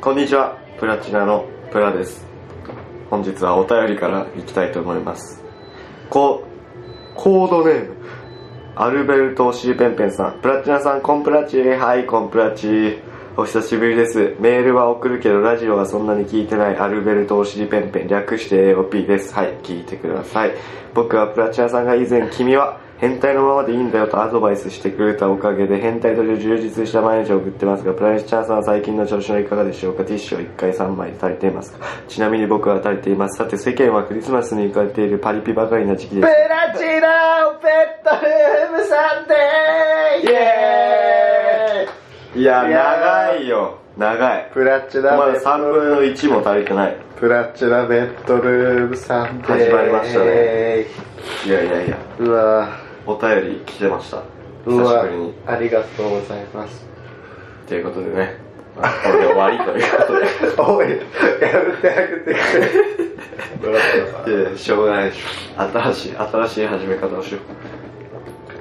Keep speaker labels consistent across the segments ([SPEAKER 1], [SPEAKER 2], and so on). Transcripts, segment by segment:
[SPEAKER 1] こんにちはプラチナのプラです本日はお便りからいきたいと思いますこコードネームアルベルト・シーペンペンさんプラチナさんコンプラチはいコンプラチお久しぶりですメールは送るけどラジオはそんなに聞いてないアルベルト・シーペンペン略して AOP ですはい聞いてください僕はプラチナさんが以前君は変態のままでいいんだよとアドバイスしてくれたおかげで変態として充実した毎日を送ってますがプライチャーさんは最近の調子はいかがでしょうかティッシュを1回3枚足りていますかちなみに僕は足りていますさて世間はクリスマスに行かれているパリピばかりな時期です
[SPEAKER 2] プラチナオペットルームサンデーイエーイ
[SPEAKER 1] いや
[SPEAKER 2] いやー
[SPEAKER 1] 長いよ長い
[SPEAKER 2] プラチ
[SPEAKER 1] ま
[SPEAKER 2] ナベ
[SPEAKER 1] だ
[SPEAKER 2] ッド
[SPEAKER 1] 3分の1も足りてない
[SPEAKER 2] プラチナベッドルームサンデー
[SPEAKER 1] 始まりましたねいやいやいや
[SPEAKER 2] うわ
[SPEAKER 1] お便り来てました
[SPEAKER 2] う
[SPEAKER 1] 久し
[SPEAKER 2] わ
[SPEAKER 1] ぶりに
[SPEAKER 2] ありがとうございます
[SPEAKER 1] ということでねまあこれで終わりということで
[SPEAKER 2] おいやめてあげ てくれプラチナさ
[SPEAKER 1] いやいやしょうがないでしょ新しい新しい始め方をしよ
[SPEAKER 2] んあ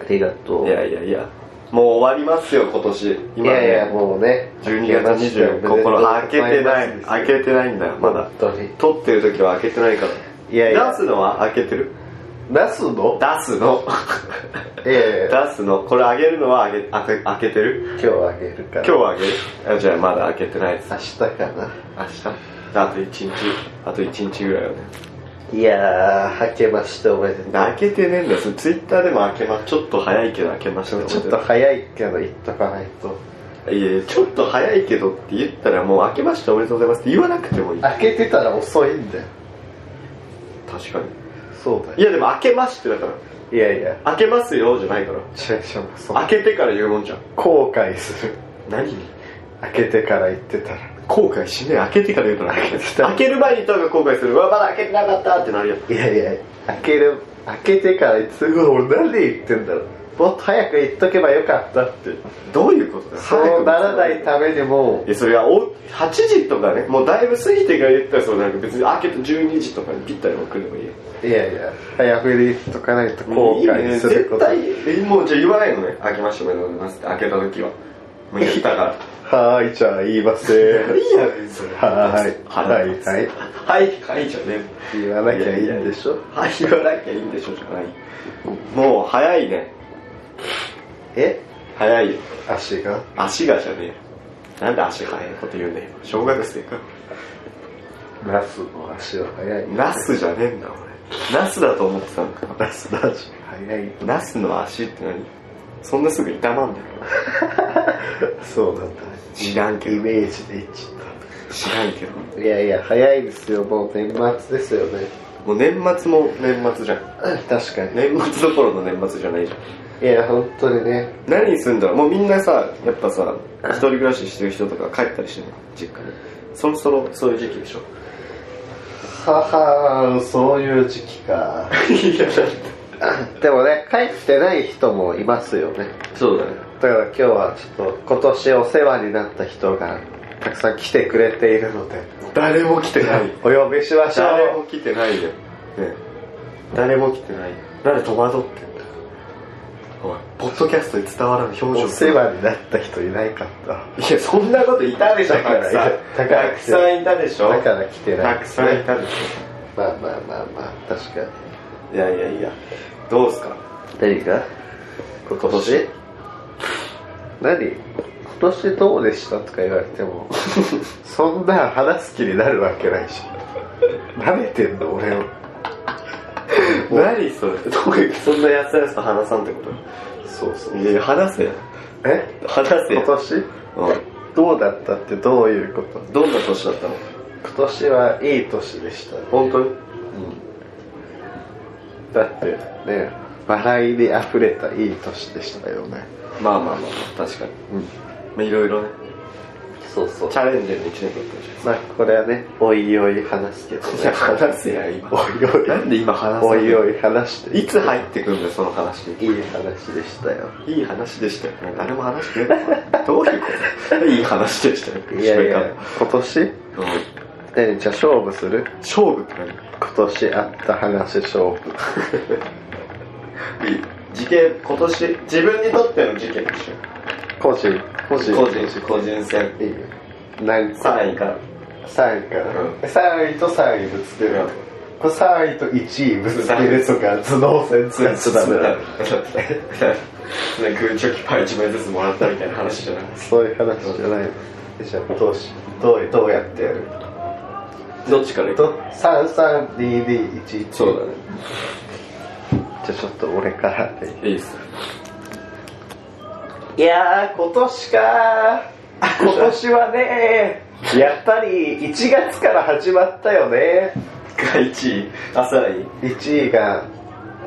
[SPEAKER 2] りがと
[SPEAKER 1] ういやいやいやもう終わりますよ今年今
[SPEAKER 2] い
[SPEAKER 1] ね
[SPEAKER 2] やいやもうね
[SPEAKER 1] 12月25日これ開けてない開けてないんだよまだ
[SPEAKER 2] 本当に
[SPEAKER 1] 撮ってる時は開けてないから
[SPEAKER 2] いやいや
[SPEAKER 1] 出すのは開けてる
[SPEAKER 2] 出すの
[SPEAKER 1] 出すの
[SPEAKER 2] ええ
[SPEAKER 1] 出すのこれ開げるのは開け開け開けてる
[SPEAKER 2] 今日あげるから
[SPEAKER 1] 今日は開げるあじゃあまだ開けてないです
[SPEAKER 2] 明日かな
[SPEAKER 1] 明日あと1日あと1日ぐらいはね
[SPEAKER 2] いやー、はけましておめでとう。
[SPEAKER 1] 開けてねえんだよそれツイッターでも開けまちょっと早いけど開けまし
[SPEAKER 2] ち
[SPEAKER 1] た
[SPEAKER 2] ょっと早いけど言っとかないと。
[SPEAKER 1] いやいやちょっと早いけどって言ったらもう明けましておめでとうございますって言わなくてもいい
[SPEAKER 2] 開けてたら遅いんだよ。
[SPEAKER 1] 確かに
[SPEAKER 2] そうだ
[SPEAKER 1] い
[SPEAKER 2] よ。
[SPEAKER 1] やでも明けましてだから
[SPEAKER 2] いやいや、
[SPEAKER 1] 明けますよじゃないから
[SPEAKER 2] 違う違う、そう。
[SPEAKER 1] 開けてから言うもんじゃん
[SPEAKER 2] 後悔する。
[SPEAKER 1] 何に
[SPEAKER 2] 開けてから言ってたら。
[SPEAKER 1] 後悔しねえ開けてから言うとな
[SPEAKER 2] 開けてた
[SPEAKER 1] 開ける前に言った方が後悔するうわまだ開けてなかったってなるよ
[SPEAKER 2] いやいや、開ける、開けてから言ってたら、俺なんで言ってんだろう。もっと早く言っとけばよかったって。
[SPEAKER 1] どういうことだよ
[SPEAKER 2] そうならないためにも
[SPEAKER 1] いやそれはお8時とかねもうだいぶ過ぎてから言ったらそうなんか別に開けて12時とかにぴったり送ればいいよ
[SPEAKER 2] う、いやいや、早めに言っとかないと後
[SPEAKER 1] いいね
[SPEAKER 2] 悔する
[SPEAKER 1] 絶
[SPEAKER 2] こと。
[SPEAKER 1] 対えもうじゃあ言わないのね開けましておめでとうございますって開けた時はもう言ったから
[SPEAKER 2] はーい、じゃあ言いません。
[SPEAKER 1] いや別に
[SPEAKER 2] はーい
[SPEAKER 1] はい
[SPEAKER 2] はい
[SPEAKER 1] はいはいじゃね
[SPEAKER 2] 言わなきゃいいんでしょ。
[SPEAKER 1] はい言わなきゃいいんでしょじゃないもう早いね
[SPEAKER 2] え
[SPEAKER 1] 早いよ
[SPEAKER 2] 足が
[SPEAKER 1] 足がじゃねえよなんで足早いこと言うねん小学生か
[SPEAKER 2] ナスの足は速い。
[SPEAKER 1] ナスじゃねえんだ俺ナスだと思ってたのか
[SPEAKER 2] ナスの足速い。
[SPEAKER 1] ナスの足って何そんなすぐ痛まんだよ
[SPEAKER 2] そうなんだ。
[SPEAKER 1] 知らんけ
[SPEAKER 2] イ
[SPEAKER 1] ど
[SPEAKER 2] メージでいっち
[SPEAKER 1] 知らんけど
[SPEAKER 2] ゃった。いやいや、早いですよ。もう年末ですよ ね。
[SPEAKER 1] もう年末も年末じゃん
[SPEAKER 2] 確かに。
[SPEAKER 1] 年末どころの年末じゃないじゃん
[SPEAKER 2] いや、本当にね。
[SPEAKER 1] 何すんだろうもうみんなさやっぱさ一人暮らししてる人とか帰ったりしてるの実家にそろそろそういう時期でしょ
[SPEAKER 2] ははーそういう時期 か。
[SPEAKER 1] いやだって
[SPEAKER 2] でもね、帰ってない人もいますよね。
[SPEAKER 1] そうだね
[SPEAKER 2] だから今日はちょっと今年お世話になった人がたくさん来てくれているので、
[SPEAKER 1] 誰も来てない
[SPEAKER 2] お呼びしまし ょ
[SPEAKER 1] 誰も
[SPEAKER 2] う。
[SPEAKER 1] 来てないよ、ね、誰も来てないよ誰戸惑ってんだおいポッドキャストで伝わらぬ表
[SPEAKER 2] お
[SPEAKER 1] 情
[SPEAKER 2] 世話になった人いないかった。
[SPEAKER 1] いやそんなこといたでしょ
[SPEAKER 2] だから
[SPEAKER 1] たくさん
[SPEAKER 2] だから
[SPEAKER 1] たくさんいたでしょ
[SPEAKER 2] だから来てな
[SPEAKER 1] た
[SPEAKER 2] い
[SPEAKER 1] く
[SPEAKER 2] です
[SPEAKER 1] さんい
[SPEAKER 2] ね。
[SPEAKER 1] たでし
[SPEAKER 2] まあまあまあまあ、確かに。
[SPEAKER 1] ょいやいやいやどうすか
[SPEAKER 2] 何が今年何今年どうでしたとか言われて もそんな話す気になるわけないしなめてんの俺を
[SPEAKER 1] 何それどういうそんなやつやつと話さんってこ
[SPEAKER 2] そうそ
[SPEAKER 1] といやいや話せよ
[SPEAKER 2] え
[SPEAKER 1] 話せ
[SPEAKER 2] 今
[SPEAKER 1] よ、
[SPEAKER 2] 年
[SPEAKER 1] う
[SPEAKER 2] どうだったってどういうこと
[SPEAKER 1] ん、どんな年だったの
[SPEAKER 2] 今年はいい年でしたね
[SPEAKER 1] 本当に
[SPEAKER 2] だってね笑いにあふれたいい年でしたよね
[SPEAKER 1] まあまあまあまあ確かに
[SPEAKER 2] うん
[SPEAKER 1] まあいろいろね
[SPEAKER 2] そうそう
[SPEAKER 1] チャレンジの1年だったじゃん
[SPEAKER 2] まあこれはねおいおい話すけどね
[SPEAKER 1] いや話せや今
[SPEAKER 2] おいおい
[SPEAKER 1] なんで今話す
[SPEAKER 2] おいおい話して
[SPEAKER 1] いつ入ってくるんだよその話
[SPEAKER 2] いい話でしたよ
[SPEAKER 1] いい話でしたよ誰も話してない どういうこといい話でしたよ
[SPEAKER 2] いやいや今年
[SPEAKER 1] うん
[SPEAKER 2] 何じゃあ勝負する
[SPEAKER 1] 勝負って何
[SPEAKER 2] 今年あった話勝負
[SPEAKER 1] 事件今年自分にとっての事件でし
[SPEAKER 2] 個人個人
[SPEAKER 1] ょ個人個人戦
[SPEAKER 2] いいよ何か
[SPEAKER 1] 3位から
[SPEAKER 2] 3位から、
[SPEAKER 1] うん
[SPEAKER 2] 3位と3位ぶつける、
[SPEAKER 1] うん
[SPEAKER 2] これ3位と1位ぶつけるとか頭脳戦使っちゃダメだ
[SPEAKER 1] ね空チョキパイ1枚ずつもらったみたいな話じゃない
[SPEAKER 2] そういう話じゃないのじゃあどうしどうどうやってやる
[SPEAKER 1] どっちから行く
[SPEAKER 2] と332211
[SPEAKER 1] そうだね
[SPEAKER 2] じゃあちょっと俺からで
[SPEAKER 1] いいっす
[SPEAKER 2] いやー今年かー今年はねーやっぱり1月から始まったよね
[SPEAKER 1] が1位朝位
[SPEAKER 2] 1位が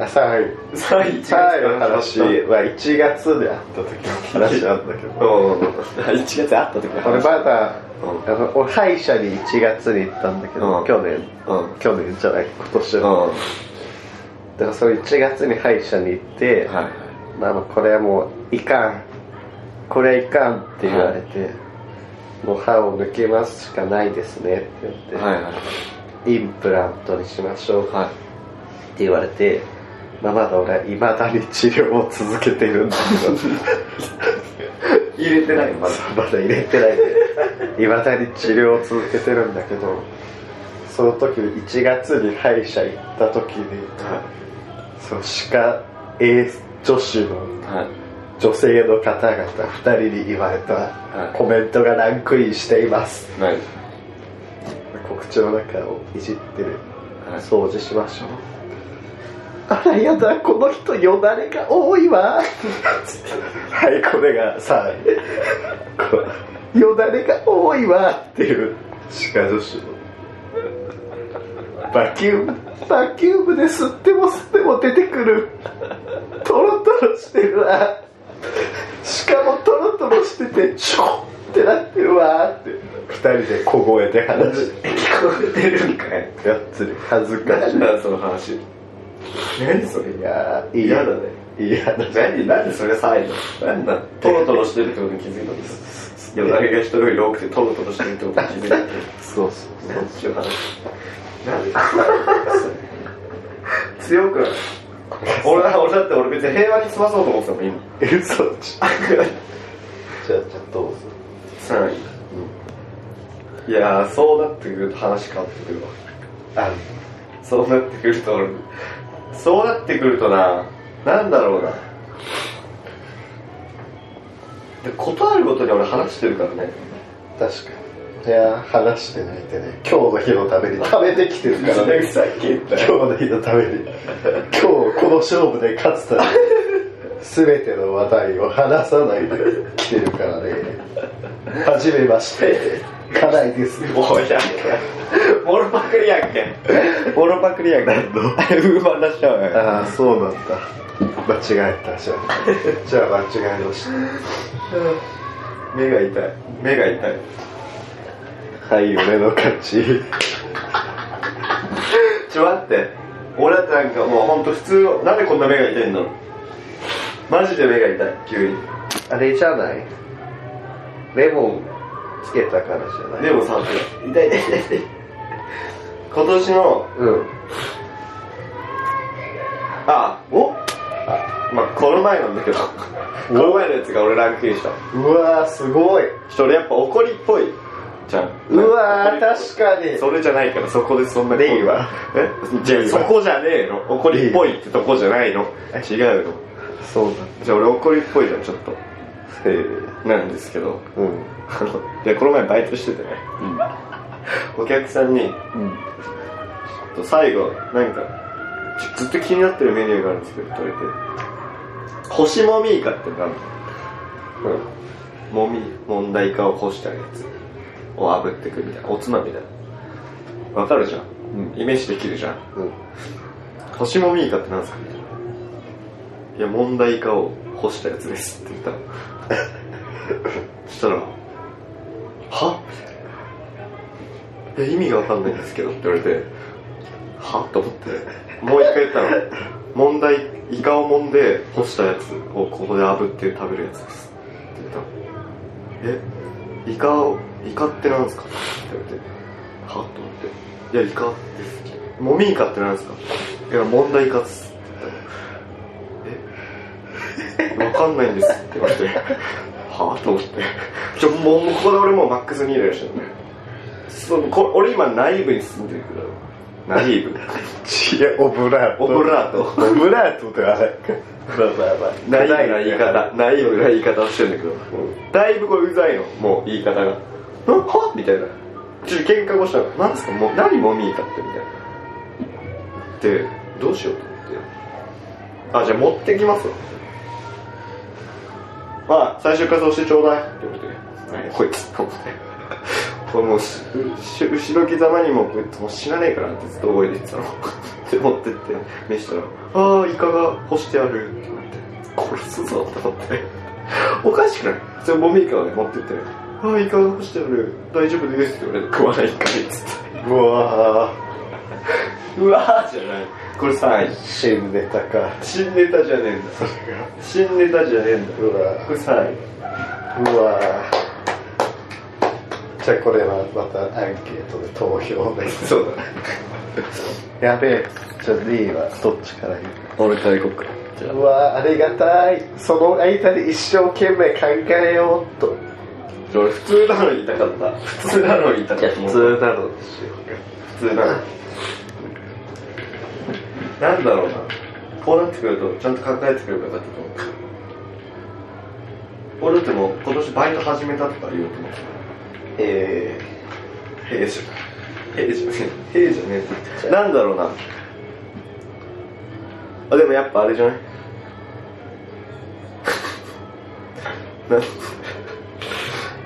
[SPEAKER 2] 朝入る
[SPEAKER 1] 3位1
[SPEAKER 2] 最後の話は1月であった時の話なんだけど
[SPEAKER 1] うん1月会った時の話
[SPEAKER 2] 俺まだ、
[SPEAKER 1] うん
[SPEAKER 2] あの俺歯医者に1月に行ったんだけど、
[SPEAKER 1] うん
[SPEAKER 2] 去年
[SPEAKER 1] うん
[SPEAKER 2] 去年じゃない今年
[SPEAKER 1] うん
[SPEAKER 2] の、
[SPEAKER 1] は
[SPEAKER 2] だからそれ1月に歯医者に行って、
[SPEAKER 1] いはい
[SPEAKER 2] まあまあこれはもういかんこれはいかんって言われて、もう歯を抜けますしかないですねって言って、
[SPEAKER 1] はいはい
[SPEAKER 2] インプラントにしましょう
[SPEAKER 1] は
[SPEAKER 2] って言われて、まあ、まだ俺はいまだに治療を続けているんだ
[SPEAKER 1] い入れ てない
[SPEAKER 2] けどまだまだ入れてないでいまだに治療を続けてるんだけどその時1月に歯医者行った時にその歯科衛助手の
[SPEAKER 1] はい
[SPEAKER 2] 女性の方々2人に言われた
[SPEAKER 1] い
[SPEAKER 2] コメントがランクインしています
[SPEAKER 1] ない
[SPEAKER 2] 告知の中をいじってる
[SPEAKER 1] はい
[SPEAKER 2] 掃除しましょうあらやだこの人よだれが多いわはいこれがさ よだれが多いわっていう歯科助手のバキュームバキュームで吸っても吸っても出てくるトロトロしてるわしかもトロトロしててシュコってなってるわって二人で小声で話して
[SPEAKER 1] 聞こえてるんかい
[SPEAKER 2] やってる恥ずかし
[SPEAKER 1] 何
[SPEAKER 2] い
[SPEAKER 1] だその話何それ
[SPEAKER 2] いやー嫌
[SPEAKER 1] 嫌
[SPEAKER 2] だ
[SPEAKER 1] だ
[SPEAKER 2] ね
[SPEAKER 1] ね
[SPEAKER 2] 嫌だね
[SPEAKER 1] 何何それ最後何だトロトロしてるってことに気づいたんですよだれが人より多くてトロトロしてるってことに気づいたんです
[SPEAKER 2] そうそう
[SPEAKER 1] 何しよう話何強くない俺だ俺だって俺別に平和に済まそうと思ってたもん今
[SPEAKER 2] 嘘ちじゃあちょっとどうぞ
[SPEAKER 1] 3位いやーそうなってくると話変わってくるわ
[SPEAKER 2] あ
[SPEAKER 1] そうなってくると俺そうなってくるとななんだろうなで断ることに俺話してるからね
[SPEAKER 2] 確かにいやー話して泣いてね今日の日のために食べてきてるからね
[SPEAKER 1] さっき言っ
[SPEAKER 2] 今日の日のために今日この勝負で勝つために全ての話題を話さないで来てるからね初めまして課題です
[SPEAKER 1] もうやんけモロパクリやんけモロパクリやんけ
[SPEAKER 2] 何の
[SPEAKER 1] 不満出しちゃうよ
[SPEAKER 2] ああそうなんだ間違えたじゃあじゃあ間違えました
[SPEAKER 1] 目が痛い目が痛い
[SPEAKER 2] はい、俺の勝ち。
[SPEAKER 1] ちょ待って俺だってなんかもう本当普通のなんでこんな目が痛いんだろうマジで目が痛い急に
[SPEAKER 2] あれじゃないレモンつけたからじゃない
[SPEAKER 1] でもさ痛い痛い痛い痛い今年の
[SPEAKER 2] うん。
[SPEAKER 1] あおまあこの前なんだけどこの前のやつが俺ランクインした
[SPEAKER 2] うわー、すごい。
[SPEAKER 1] ちょっと俺やっぱ怒りっぽいじゃん
[SPEAKER 2] うわー、
[SPEAKER 1] なん怒りっ
[SPEAKER 2] 確かに
[SPEAKER 1] ぽい。それじゃないからそこでそんな
[SPEAKER 2] レイは
[SPEAKER 1] えじゃあそこじゃねえの怒りっぽいってとこじゃないの違うの
[SPEAKER 2] そう
[SPEAKER 1] じゃあ俺怒りっぽいじゃんちょっと
[SPEAKER 2] だ。へえ。
[SPEAKER 1] なんですけど
[SPEAKER 2] うん。
[SPEAKER 1] あのでこの前バイトしててね、お客さんに
[SPEAKER 2] うん。
[SPEAKER 1] ちょっと最後なんかちょずっと気になってるメニューがあるんですけどって言われて星もみイカってなんもみ問題化をこしてあるやつを炙ってくみたいなおつまみだよわかるじゃん、イメージできるじゃん
[SPEAKER 2] うん。
[SPEAKER 1] 星もみイカってなんですかみたいないや問題化を干したやつですって言ったの そしたら「は?」いや意味がわかんないんですけどって言われて「は?」と思ってもう一回言ったの「問題イカを揉んで干したやつをここで炙って食べるやつです」って言ったの「えイカをイカってなんですか?」って言われて「は?」と思って「いやイカです」もみイカってなんですかいや問題かっすって言ったらえわかんないんですって言われてははぁと思って。ちょ、もう、もうここで俺もうマックスに入れるしね。そう、こ俺今内部に住んでるから。内部
[SPEAKER 2] ちげオブラート
[SPEAKER 1] オブラート。
[SPEAKER 2] オブラートではないそうそうそう
[SPEAKER 1] ナイーブな言い方、ナイーブな言い方をしてるんだけど、だいぶこれうざいの、もう言い方が。んはみたいな。ちょっと喧嘩もしたの。なんすかもう、何もみいたってみたいな。で、どうしようと思って。あ、じゃあ持ってきますわ。まあ、最初からそうしてちょうだい。って言われて、何こいつと思って。これもうし、し後ろ刻まにも、こいつもう知らねえからってずっと覚えてたの。で、持ってって、見したら、ああ、イカが干してあるって言われて、殺すぞと思って。おかしくないそれボミイカをね、持ってって、ああ、イカが干してある、大丈夫ですって言われて、食わないイカにっつって。
[SPEAKER 2] うわ
[SPEAKER 1] うわーじゃない。これ3
[SPEAKER 2] ー新ネタか
[SPEAKER 1] 新ネタじゃねえんだ。新ネタじゃねえんだ。
[SPEAKER 2] うわ
[SPEAKER 1] これ3位。
[SPEAKER 2] ーうわーじゃあこれはまたアンケートで投票で
[SPEAKER 1] そうだね。
[SPEAKER 2] やべえじゃあ D はどっちから言う
[SPEAKER 1] 俺大国から。じゃ
[SPEAKER 2] うわーありがたいその間に一生懸命考えようっと
[SPEAKER 1] あ、俺普通なの言いたかった。普通なの言いたかった。
[SPEAKER 2] なのでしよ
[SPEAKER 1] 普
[SPEAKER 2] う
[SPEAKER 1] 通なのなんだろうなこうなってくるとちゃんと考えてくればよかったと思う俺だってもう今年バイト始めたとか言おうと思って
[SPEAKER 2] え
[SPEAKER 1] た平じゃ平じゃねえ平じゃねえなんだろうなあでもやっぱあれじゃない なん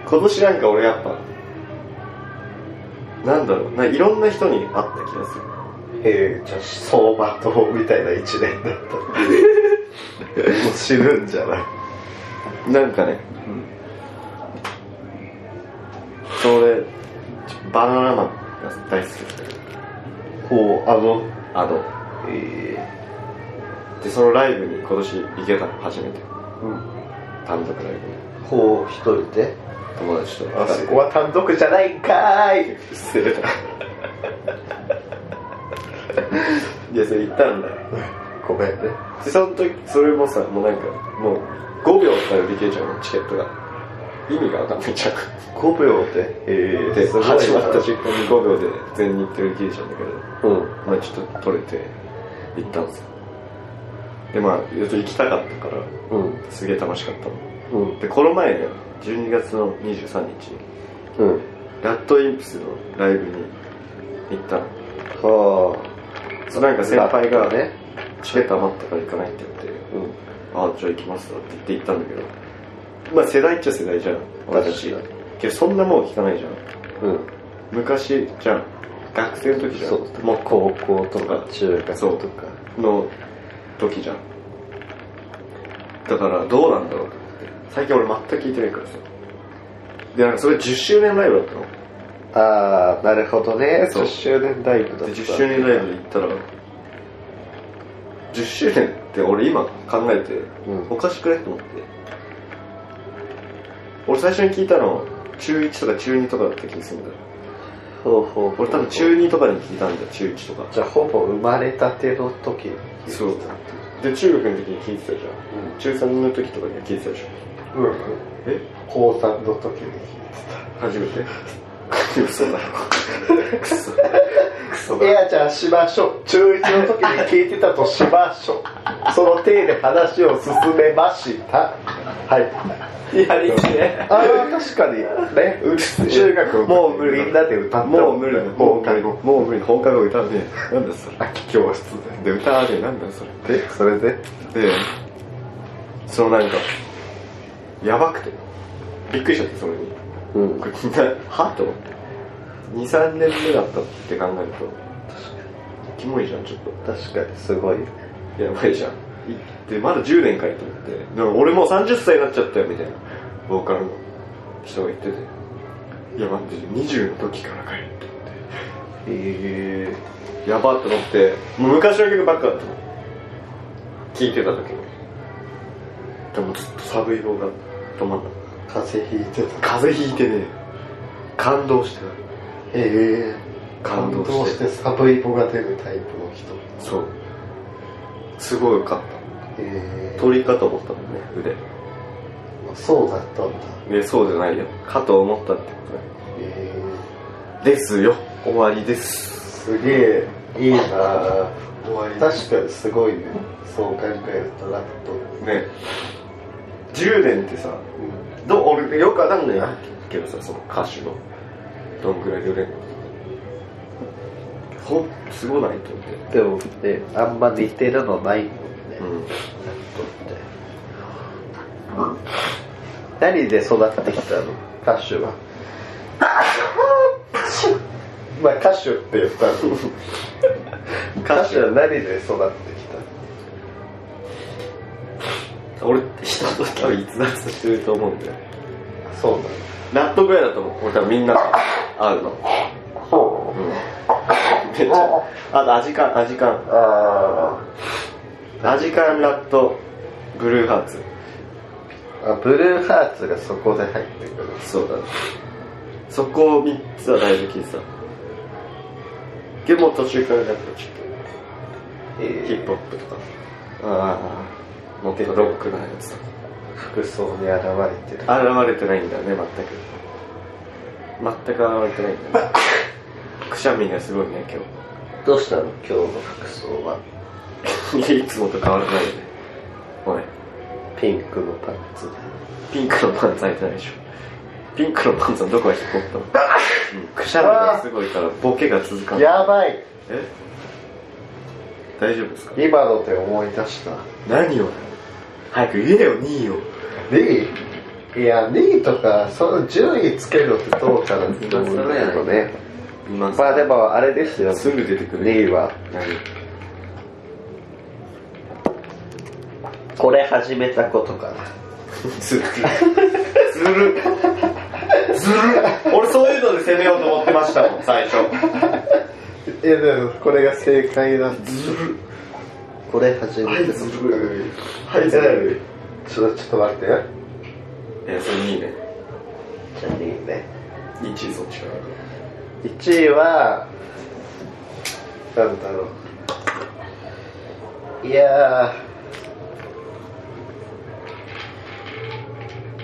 [SPEAKER 1] 今年なんか俺やっぱなんだろうないろんな人に会った気がする
[SPEAKER 2] ー、えー、じゃあ相場党みたいな1年だったもう死ぬんじゃない
[SPEAKER 1] なんかね、それバナナマンが大好き
[SPEAKER 2] こうあの
[SPEAKER 1] あの
[SPEAKER 2] え
[SPEAKER 1] でそのライブに今年行けたの初めて
[SPEAKER 2] ー、うん
[SPEAKER 1] 単独ライブに
[SPEAKER 2] こう一人で
[SPEAKER 1] 友達と
[SPEAKER 2] あそこは単独じゃないんかーい
[SPEAKER 1] 失礼だいやそれ行ったんだよ
[SPEAKER 2] ごめんね
[SPEAKER 1] でその時それもさもうなんかもう5秒とかで売り切れちゃうのチケットが意味が分かんないじゃん
[SPEAKER 2] 5秒でえ
[SPEAKER 1] で
[SPEAKER 2] すごいな
[SPEAKER 1] 始まった瞬間に5秒で全日程売り切れちゃうんだけど
[SPEAKER 2] うん
[SPEAKER 1] まあちょっと取れて行ったんですよでまあ要するに行きたかったから
[SPEAKER 2] うん
[SPEAKER 1] すげえ楽しかったの
[SPEAKER 2] うん
[SPEAKER 1] でこの前ね12月の23日に
[SPEAKER 2] うん
[SPEAKER 1] ラットインプスのライブに行ったの
[SPEAKER 2] は
[SPEAKER 1] そうなんか先輩が
[SPEAKER 2] ね
[SPEAKER 1] チケット余ったから行かないって言って
[SPEAKER 2] うん
[SPEAKER 1] ああじゃあ行きますわって言って行ったんだけどまあ世代っちゃ世代じゃん私
[SPEAKER 2] 確か
[SPEAKER 1] けどそんなもん聞かないじゃん
[SPEAKER 2] うん
[SPEAKER 1] 昔じゃん学生の時じゃん
[SPEAKER 2] そう
[SPEAKER 1] もう
[SPEAKER 2] 高校とか
[SPEAKER 1] か
[SPEAKER 2] 中学
[SPEAKER 1] そう
[SPEAKER 2] とか
[SPEAKER 1] の時じゃんだからどうなんだろうと思って最近俺全く聞いてないからさでなんかそれ10周年ライブだったの
[SPEAKER 2] ああなるほどね
[SPEAKER 1] そう
[SPEAKER 2] 10周年ライブだった
[SPEAKER 1] で10周年ライブで行ったら10周年って俺今考えて
[SPEAKER 2] うん
[SPEAKER 1] おかしくないと思って俺最初に聞いたの中1とか中2とかだった気がするんだよ
[SPEAKER 2] ほうほう
[SPEAKER 1] 俺多分中2とかに聞いたんだよ中1とか
[SPEAKER 2] じゃあほぼ生まれたての時に
[SPEAKER 1] そうで中学の時に聞いてたじゃん
[SPEAKER 2] う
[SPEAKER 1] 中3の時とかには聞いてたでしょ
[SPEAKER 2] ん、うん、
[SPEAKER 1] え
[SPEAKER 2] 高3の時に
[SPEAKER 1] 初め て嘘だろクソクソ
[SPEAKER 2] い
[SPEAKER 1] だ
[SPEAKER 2] やじゃあしましょう中1の時に聞いてたとしましょ うその手で話を進めましたはい
[SPEAKER 1] やりてえ
[SPEAKER 2] ああ確かにね
[SPEAKER 1] うるせえ
[SPEAKER 2] 中学
[SPEAKER 1] もう無理
[SPEAKER 2] みんなで歌った
[SPEAKER 1] もう無理だ
[SPEAKER 2] 放課後
[SPEAKER 1] もう無理放課後歌わねえなんだそれ
[SPEAKER 2] 空き教室
[SPEAKER 1] で歌わねえなんだそれ
[SPEAKER 2] ででそれで
[SPEAKER 1] でそのなんかやばくてびっくりしちゃってそれに
[SPEAKER 2] うん
[SPEAKER 1] これみんなはと思って23年目だったって考えるとキモいじゃんちょっと
[SPEAKER 2] 確かにすごい
[SPEAKER 1] やばいじゃん行ってまだ10年かいと思ってでも俺もう30歳になっちゃったよみたいなボーカルの人が言ってていや待って20の時からかいと思
[SPEAKER 2] え
[SPEAKER 1] ってやばっと思ってもう昔の曲ばっかだったの聴いてた時にでもずっと寒い方が止まんなか
[SPEAKER 2] ー、風邪ひいてた
[SPEAKER 1] った風邪ひいてね感動して
[SPEAKER 2] えー、
[SPEAKER 1] た感動して
[SPEAKER 2] て寒い棒が出るタイプの人
[SPEAKER 1] そうすごいよかった
[SPEAKER 2] えー、
[SPEAKER 1] 鳥かと思ったもんね腕
[SPEAKER 2] そうだったんだ
[SPEAKER 1] でそうじゃないよかと思ったってことね
[SPEAKER 2] え
[SPEAKER 1] ですよ終わりです
[SPEAKER 2] ー、すげえいいなあ
[SPEAKER 1] 終わり
[SPEAKER 2] 確かにすごいねそう考えるとラット、
[SPEAKER 1] ね10年ってさどう俺よくわかんないけどさその歌手のどんぐらいで売れるのほんすごないと思って
[SPEAKER 2] でもねあんま似てるのないもんね、
[SPEAKER 1] う
[SPEAKER 2] ラッ
[SPEAKER 1] ん
[SPEAKER 2] トって何で育ってきたの歌手は まあ歌手って言ったの歌手は何で育ってきたの
[SPEAKER 1] 俺人と多分逸脱してると思うんだよ
[SPEAKER 2] そうなの
[SPEAKER 1] ラットぐらいだと思う俺多分みんな合うの
[SPEAKER 2] そ
[SPEAKER 1] うんめっちゃあとアジカンアジカン
[SPEAKER 2] うあ
[SPEAKER 1] アジカンラットブルーハーツ
[SPEAKER 2] ーあブルーハーツがそこで入ってくる
[SPEAKER 1] そうだねそこを3つはだいぶ聞いてたでも途中からなんかちょっとヒ
[SPEAKER 2] え
[SPEAKER 1] ップホップとか
[SPEAKER 2] ー、あ
[SPEAKER 1] もう結構ロックなやつと
[SPEAKER 2] あ服装に現れてる
[SPEAKER 1] か現れてないんだよね全く全く現れてないんだよねくしゃみがすごいね
[SPEAKER 2] どうしたの今日の服装は
[SPEAKER 1] 今日いつもと変わらないよねおい
[SPEAKER 2] ピンクのパンツ
[SPEAKER 1] ピンクのパンツ履いてないでしょピンクのパンツはどこが引っ込ったの、うんくしゃみがすごいからボケが続かない
[SPEAKER 2] やばい
[SPEAKER 1] え大丈夫ですか
[SPEAKER 2] 今ので思い出した
[SPEAKER 1] 何を早く言えよ2位を
[SPEAKER 2] 2位いや2位とかその順位つけるのってどうかなって思うんだけどね
[SPEAKER 1] 今
[SPEAKER 2] まあでもあれですよ
[SPEAKER 1] すぐ出てくる
[SPEAKER 2] 2位は
[SPEAKER 1] 何
[SPEAKER 2] これ始めたことかな
[SPEAKER 1] ずるずるずる俺そういうので攻めようと思ってましたもん最初
[SPEAKER 2] いやでもこれが正解だずるこれ始めて
[SPEAKER 1] ずる
[SPEAKER 2] はいずるちょっとちょっと待ってよ
[SPEAKER 1] えそれ2位ね
[SPEAKER 2] じゃあ2位ね
[SPEAKER 1] 1位そっちか
[SPEAKER 2] 1位はなんだろういや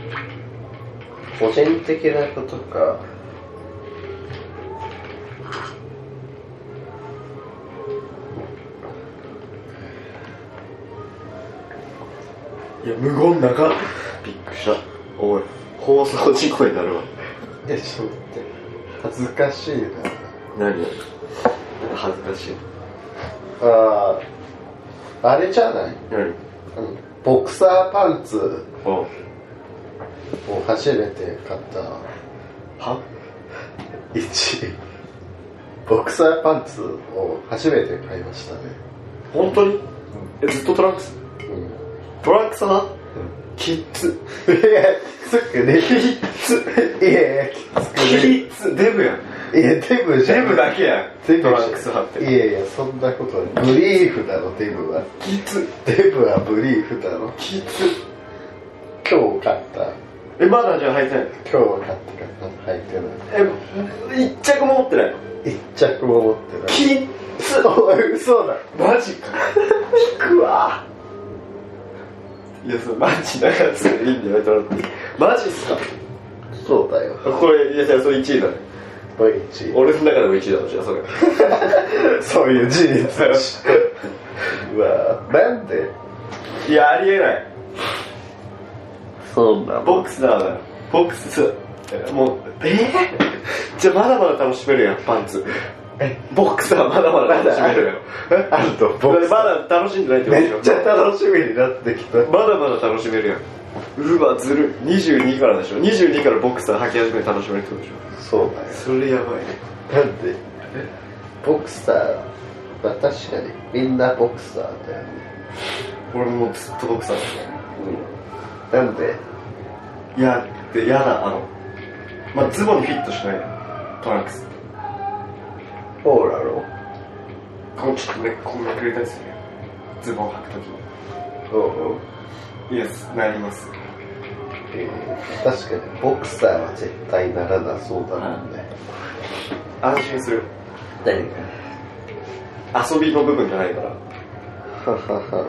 [SPEAKER 2] ー個人的なことか
[SPEAKER 1] いや無言なかびっくりしたおい放送事故になるわ
[SPEAKER 2] いやちょっと待って恥ずかしいな
[SPEAKER 1] 何恥ずかしい
[SPEAKER 2] あーあれじゃない
[SPEAKER 1] 何
[SPEAKER 2] あのボクサーパンツ
[SPEAKER 1] お
[SPEAKER 2] を初めて買った
[SPEAKER 1] は
[SPEAKER 2] 1ボクサーパンツを初めて買いましたね、
[SPEAKER 1] 本当にえずっとトランクストランクスなキッズ
[SPEAKER 2] いやきつくねきついやいやきつくね
[SPEAKER 1] ズデブやん
[SPEAKER 2] いやデブじゃん
[SPEAKER 1] けやん
[SPEAKER 2] デブじゃん
[SPEAKER 1] トランクス貼って
[SPEAKER 2] いやいやそんなことないブリーフだろデブは
[SPEAKER 1] キッズ
[SPEAKER 2] デブはブリーフだろ
[SPEAKER 1] キッズ
[SPEAKER 2] 今日買った
[SPEAKER 1] えまだじゃあ履いてない
[SPEAKER 2] 今日買ってから履いてな
[SPEAKER 1] え一着も持ってない
[SPEAKER 2] い一着も持ってない
[SPEAKER 1] キッズ
[SPEAKER 2] おい嘘だ
[SPEAKER 1] マジか
[SPEAKER 2] 引くわ
[SPEAKER 1] いやそれマジだからそれいいんだよトランクスマジっすか
[SPEAKER 2] そうだよ
[SPEAKER 1] これいやいやそれ1位だね
[SPEAKER 2] これ1
[SPEAKER 1] 俺の中でも1位だもんじゃあそれ
[SPEAKER 2] そういう事実を知ってるうわなんで
[SPEAKER 1] いやありえない
[SPEAKER 2] そうな
[SPEAKER 1] ボクサーだよボクスもうえー、じゃあまだまだ楽しめるやんパンツボクサーまだまだ楽しめるやん
[SPEAKER 2] あると
[SPEAKER 1] ま
[SPEAKER 2] 僕
[SPEAKER 1] だ楽しんでないってことでし
[SPEAKER 2] め
[SPEAKER 1] ょ
[SPEAKER 2] っちゃ楽しみになってきた
[SPEAKER 1] まだまだ楽しめるやんうわずる22からでしょ22からボクサー履き始めて楽しめるってことでしょ
[SPEAKER 2] そうだよ
[SPEAKER 1] それやばいね
[SPEAKER 2] なんでボクサーは確かにみんなボクサーだよね
[SPEAKER 1] 俺もうずっとボクサーだね
[SPEAKER 2] なんで
[SPEAKER 1] いやでやだあのまあズボンにフィットしないトランクス
[SPEAKER 2] そうだろ
[SPEAKER 1] このちょっとねこんなくれたりするやんズボン履くとき
[SPEAKER 2] うんうん
[SPEAKER 1] にイエスなります
[SPEAKER 2] えー確かにボクサーは絶対ならなそうだもんね
[SPEAKER 1] 安心する
[SPEAKER 2] 何
[SPEAKER 1] 遊びの部分じゃないから
[SPEAKER 2] ははは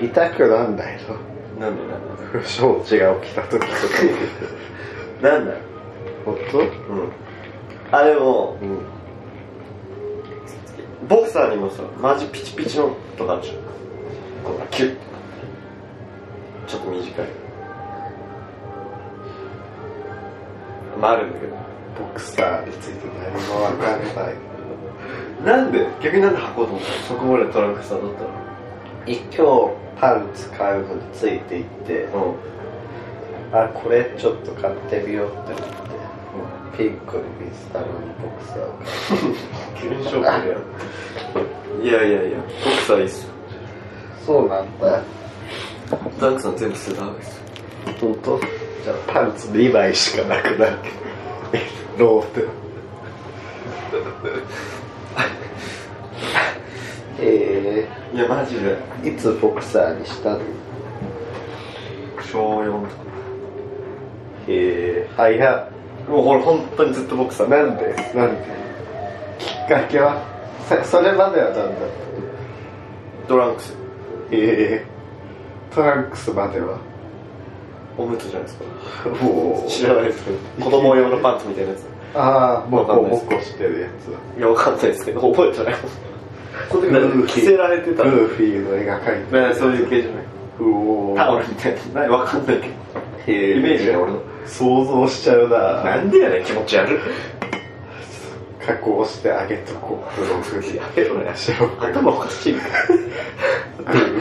[SPEAKER 2] 痛くなんないの
[SPEAKER 1] なんでなんだ
[SPEAKER 2] 不祥事が起きた時とか
[SPEAKER 1] なんだ
[SPEAKER 2] 本当
[SPEAKER 1] うんあでも
[SPEAKER 2] うん
[SPEAKER 1] ボクサーにもさマジピチピチのとかあるじゃんこうキュッちょっと短いまああるんだけど
[SPEAKER 2] ボクサーについて何も分かんない
[SPEAKER 1] なんで逆になんで履こうと思ったのそこまでトランクスターだったら
[SPEAKER 2] 一挙パンツ買うのについていって
[SPEAKER 1] うん
[SPEAKER 2] あこれちょっと買ってみようって思ってピンクの水玉にボクサーを買って
[SPEAKER 1] 急にショックだよ いやいやいやボクサーいいっすよ
[SPEAKER 2] そうなんだ
[SPEAKER 1] トランクスは全部捨てた方がいいっすよ
[SPEAKER 2] 本当じゃあパンツ2枚しかなくなる けどローテえ
[SPEAKER 1] いやマジで
[SPEAKER 2] ー、いつボクサーにしたの
[SPEAKER 1] 小4とか
[SPEAKER 2] えー、早っ
[SPEAKER 1] もう俺本当にずっとボクサー
[SPEAKER 2] なんでなんできっかけはさそれまではなんだ
[SPEAKER 1] トランクス
[SPEAKER 2] えー、トランクスまでは
[SPEAKER 1] おむつじゃないですか
[SPEAKER 2] も
[SPEAKER 1] 知らないですけ ど子供用のパンツみたいなやつ
[SPEAKER 2] うああも
[SPEAKER 1] わ
[SPEAKER 2] う
[SPEAKER 1] かん
[SPEAKER 2] こ
[SPEAKER 1] な
[SPEAKER 2] う
[SPEAKER 1] いで
[SPEAKER 2] ぼ
[SPEAKER 1] す
[SPEAKER 2] こしてるやつだ
[SPEAKER 1] いや、わかんないですけど、覚えてない。その時
[SPEAKER 2] ル
[SPEAKER 1] 何
[SPEAKER 2] ーフ
[SPEAKER 1] 着
[SPEAKER 2] ィ
[SPEAKER 1] せられてたの
[SPEAKER 2] ルーフィーの絵が描いて
[SPEAKER 1] ねそういう系じゃない。
[SPEAKER 2] うおー
[SPEAKER 1] タオルみたいな。何わかんないけど。
[SPEAKER 2] イ
[SPEAKER 1] イメージが俺の
[SPEAKER 2] 想像しちゃうな
[SPEAKER 1] なんでやねん、気持ち悪い。
[SPEAKER 2] 加工してあげとこうブログに
[SPEAKER 1] やめろや
[SPEAKER 2] しよう
[SPEAKER 1] 頭おかしいんか。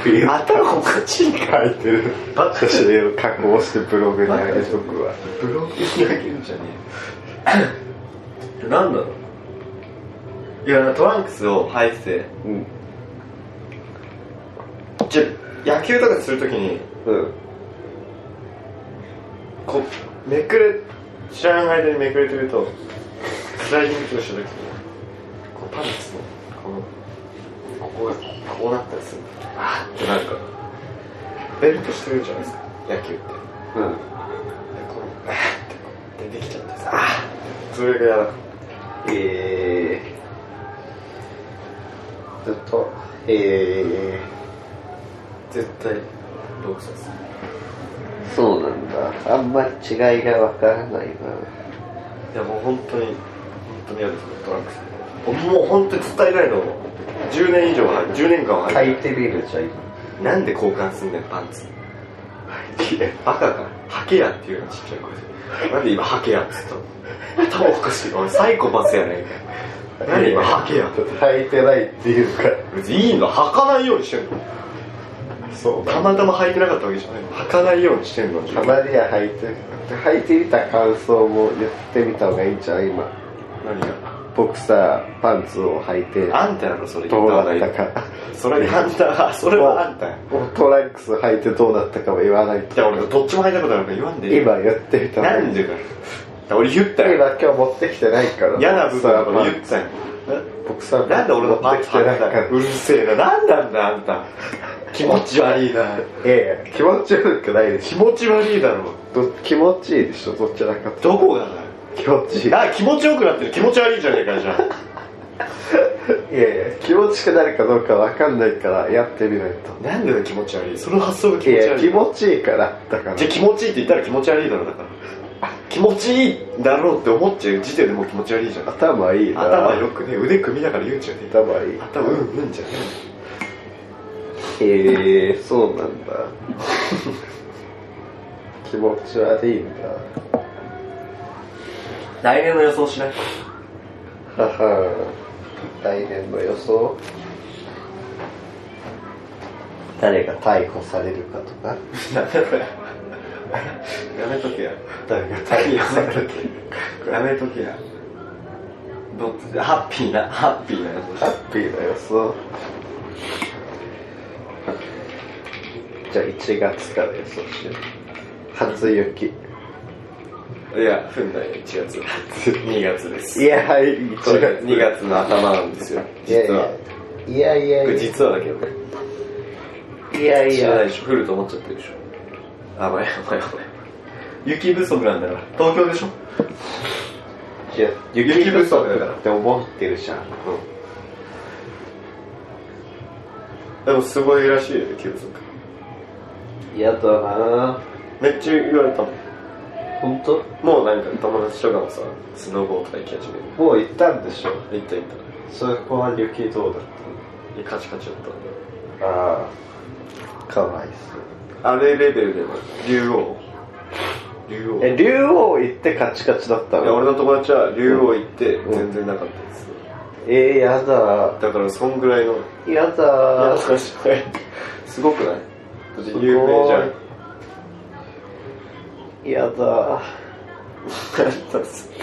[SPEAKER 2] 頭
[SPEAKER 1] 頭おかしいんか。
[SPEAKER 2] 書いてる
[SPEAKER 1] バ
[SPEAKER 2] 写真を加工してブログにあげとくわ
[SPEAKER 1] ブログに書けるんじゃねえ。なんだろう。いや、トランクスを履いて
[SPEAKER 2] うん
[SPEAKER 1] て、じゃ野球とかするときに、
[SPEAKER 2] うん
[SPEAKER 1] こう、めくれ、知らない間にめくれてると、スライディングとかしたときに、こう、パンツの、この、ここがこうなったりする。あーってなるから。ベルトしてるじゃないですか、野球って。で、こ
[SPEAKER 2] うん
[SPEAKER 1] う、あーってこう出てきちゃってさ、あーってそれが嫌だ。
[SPEAKER 2] えー、ずっとえ
[SPEAKER 1] 絶対、ボクサーです。
[SPEAKER 2] ー、そうなんだあんまり違いがわからないない
[SPEAKER 1] や、もう本当に、本当に嫌ですね、トランクス。もう本当に伝えないの、10年以上は、10年間は
[SPEAKER 2] 書いてみるじゃん今
[SPEAKER 1] なんで交換すんだよ、パンツ。バカか。ハケやっていうのちっちゃい声で。なんで今ハケやっつったの頭おかしい。お前サイコパスやねんか。なんで今ハケやって。
[SPEAKER 2] 履いてないっていうか
[SPEAKER 1] 別にいいの履かないようにしてんの。
[SPEAKER 2] そう
[SPEAKER 1] たまたま履いてなかったわけじゃない。履かないようにしてんの。
[SPEAKER 2] たまには履いてる履いてみた感想も言ってみた方がいいんじゃない今
[SPEAKER 1] 何が。
[SPEAKER 2] ボクサーパンツを履いて
[SPEAKER 1] あんたやろ、それ言
[SPEAKER 2] どう
[SPEAKER 1] った方
[SPEAKER 2] だ
[SPEAKER 1] がいい
[SPEAKER 2] った。か
[SPEAKER 1] それあん た、あそれはあんたや。
[SPEAKER 2] トランクス履いてどうだったかも言わない
[SPEAKER 1] じゃあ
[SPEAKER 2] と
[SPEAKER 1] 俺どっちも履いたことあるから言わんでいい。
[SPEAKER 2] 今言ってみた方が
[SPEAKER 1] ない
[SPEAKER 2] い
[SPEAKER 1] ん
[SPEAKER 2] 今
[SPEAKER 1] でか。俺言ったよ。
[SPEAKER 2] 今日持ってきてないから
[SPEAKER 1] 嫌な部分とか
[SPEAKER 2] ボ
[SPEAKER 1] 言っ
[SPEAKER 2] ク
[SPEAKER 1] たよ。
[SPEAKER 2] サーパンツ
[SPEAKER 1] なんで俺のパンツ
[SPEAKER 2] 持ってきてな
[SPEAKER 1] 履
[SPEAKER 2] い
[SPEAKER 1] い
[SPEAKER 2] か
[SPEAKER 1] た
[SPEAKER 2] ら
[SPEAKER 1] うるせえな。なんなんだよあんた。気持ち悪いな。
[SPEAKER 2] いやいや気持ち悪くないでし
[SPEAKER 1] 気持ち悪いだろ。
[SPEAKER 2] ょど気持ちいいでしょどちらかと
[SPEAKER 1] どこがだよ。
[SPEAKER 2] 気持ちいいいや
[SPEAKER 1] あ、気持ちよくなってる。気持ち悪いじゃねえか、じゃ
[SPEAKER 2] いや気持ちくなるかどうかわかんないからやってみないと
[SPEAKER 1] あ。なんでだ気持ち悪い。その発想が気
[SPEAKER 2] い
[SPEAKER 1] 持ち
[SPEAKER 2] や
[SPEAKER 1] 悪い。
[SPEAKER 2] 気持ちいいからだから
[SPEAKER 1] じゃあ気持ちいいって言ったら気持ち悪いだろ、だから。気持ちいいだろうって思っちゃう時点でもう気持ち悪いじゃん。
[SPEAKER 2] 頭いいな
[SPEAKER 1] 頭よくね、腕組みながら言うんじゃねえ。
[SPEAKER 2] 頭いい
[SPEAKER 1] 頭うんうんじゃね
[SPEAKER 2] へえそうなんだ 気持ち悪いんだ
[SPEAKER 1] え。来年の予想 しない
[SPEAKER 2] はは来年の予想誰が逮捕されるかとか
[SPEAKER 1] やめとけや。
[SPEAKER 2] 誰が
[SPEAKER 1] やめ
[SPEAKER 2] る
[SPEAKER 1] とけ。やめとけや。どっちハッピーな、ハッピーな予想
[SPEAKER 2] ハッピーな予想じゃあ1月から予想して初雪
[SPEAKER 1] いや、踏んだよ、1月。2月です。
[SPEAKER 2] いやはい1
[SPEAKER 1] これ2月の頭なんですよ実はい
[SPEAKER 2] やいや
[SPEAKER 1] これ
[SPEAKER 2] い
[SPEAKER 1] 実はだけどね
[SPEAKER 2] やいやい
[SPEAKER 1] 知らない
[SPEAKER 2] や
[SPEAKER 1] でしょ降ると思っちゃってるでしょあばいやばいやばい雪不足なんだから東京でしょ
[SPEAKER 2] いや
[SPEAKER 1] 雪不足だか
[SPEAKER 2] って思ってるじゃん
[SPEAKER 1] らでもすごいらしいよ雪不足
[SPEAKER 2] 嫌だな
[SPEAKER 1] めっちゃ言われたもん
[SPEAKER 2] 本当
[SPEAKER 1] もうなんか友達とかもさスノボを体験始める
[SPEAKER 2] もう行ったんでしょ
[SPEAKER 1] 行った行っ
[SPEAKER 2] それ後半雪どうだった
[SPEAKER 1] でカチカチだった
[SPEAKER 2] たああかわい
[SPEAKER 1] あれレベルでは竜王竜王
[SPEAKER 2] え竜王行ってカチカチだった
[SPEAKER 1] いや俺
[SPEAKER 2] の
[SPEAKER 1] の友達は竜王行って
[SPEAKER 2] ん
[SPEAKER 1] 全然なかったです、
[SPEAKER 2] えー、やだ
[SPEAKER 1] だからそんぐらいの
[SPEAKER 2] やだ
[SPEAKER 1] いや確かにすごくない有名じゃん
[SPEAKER 2] やだ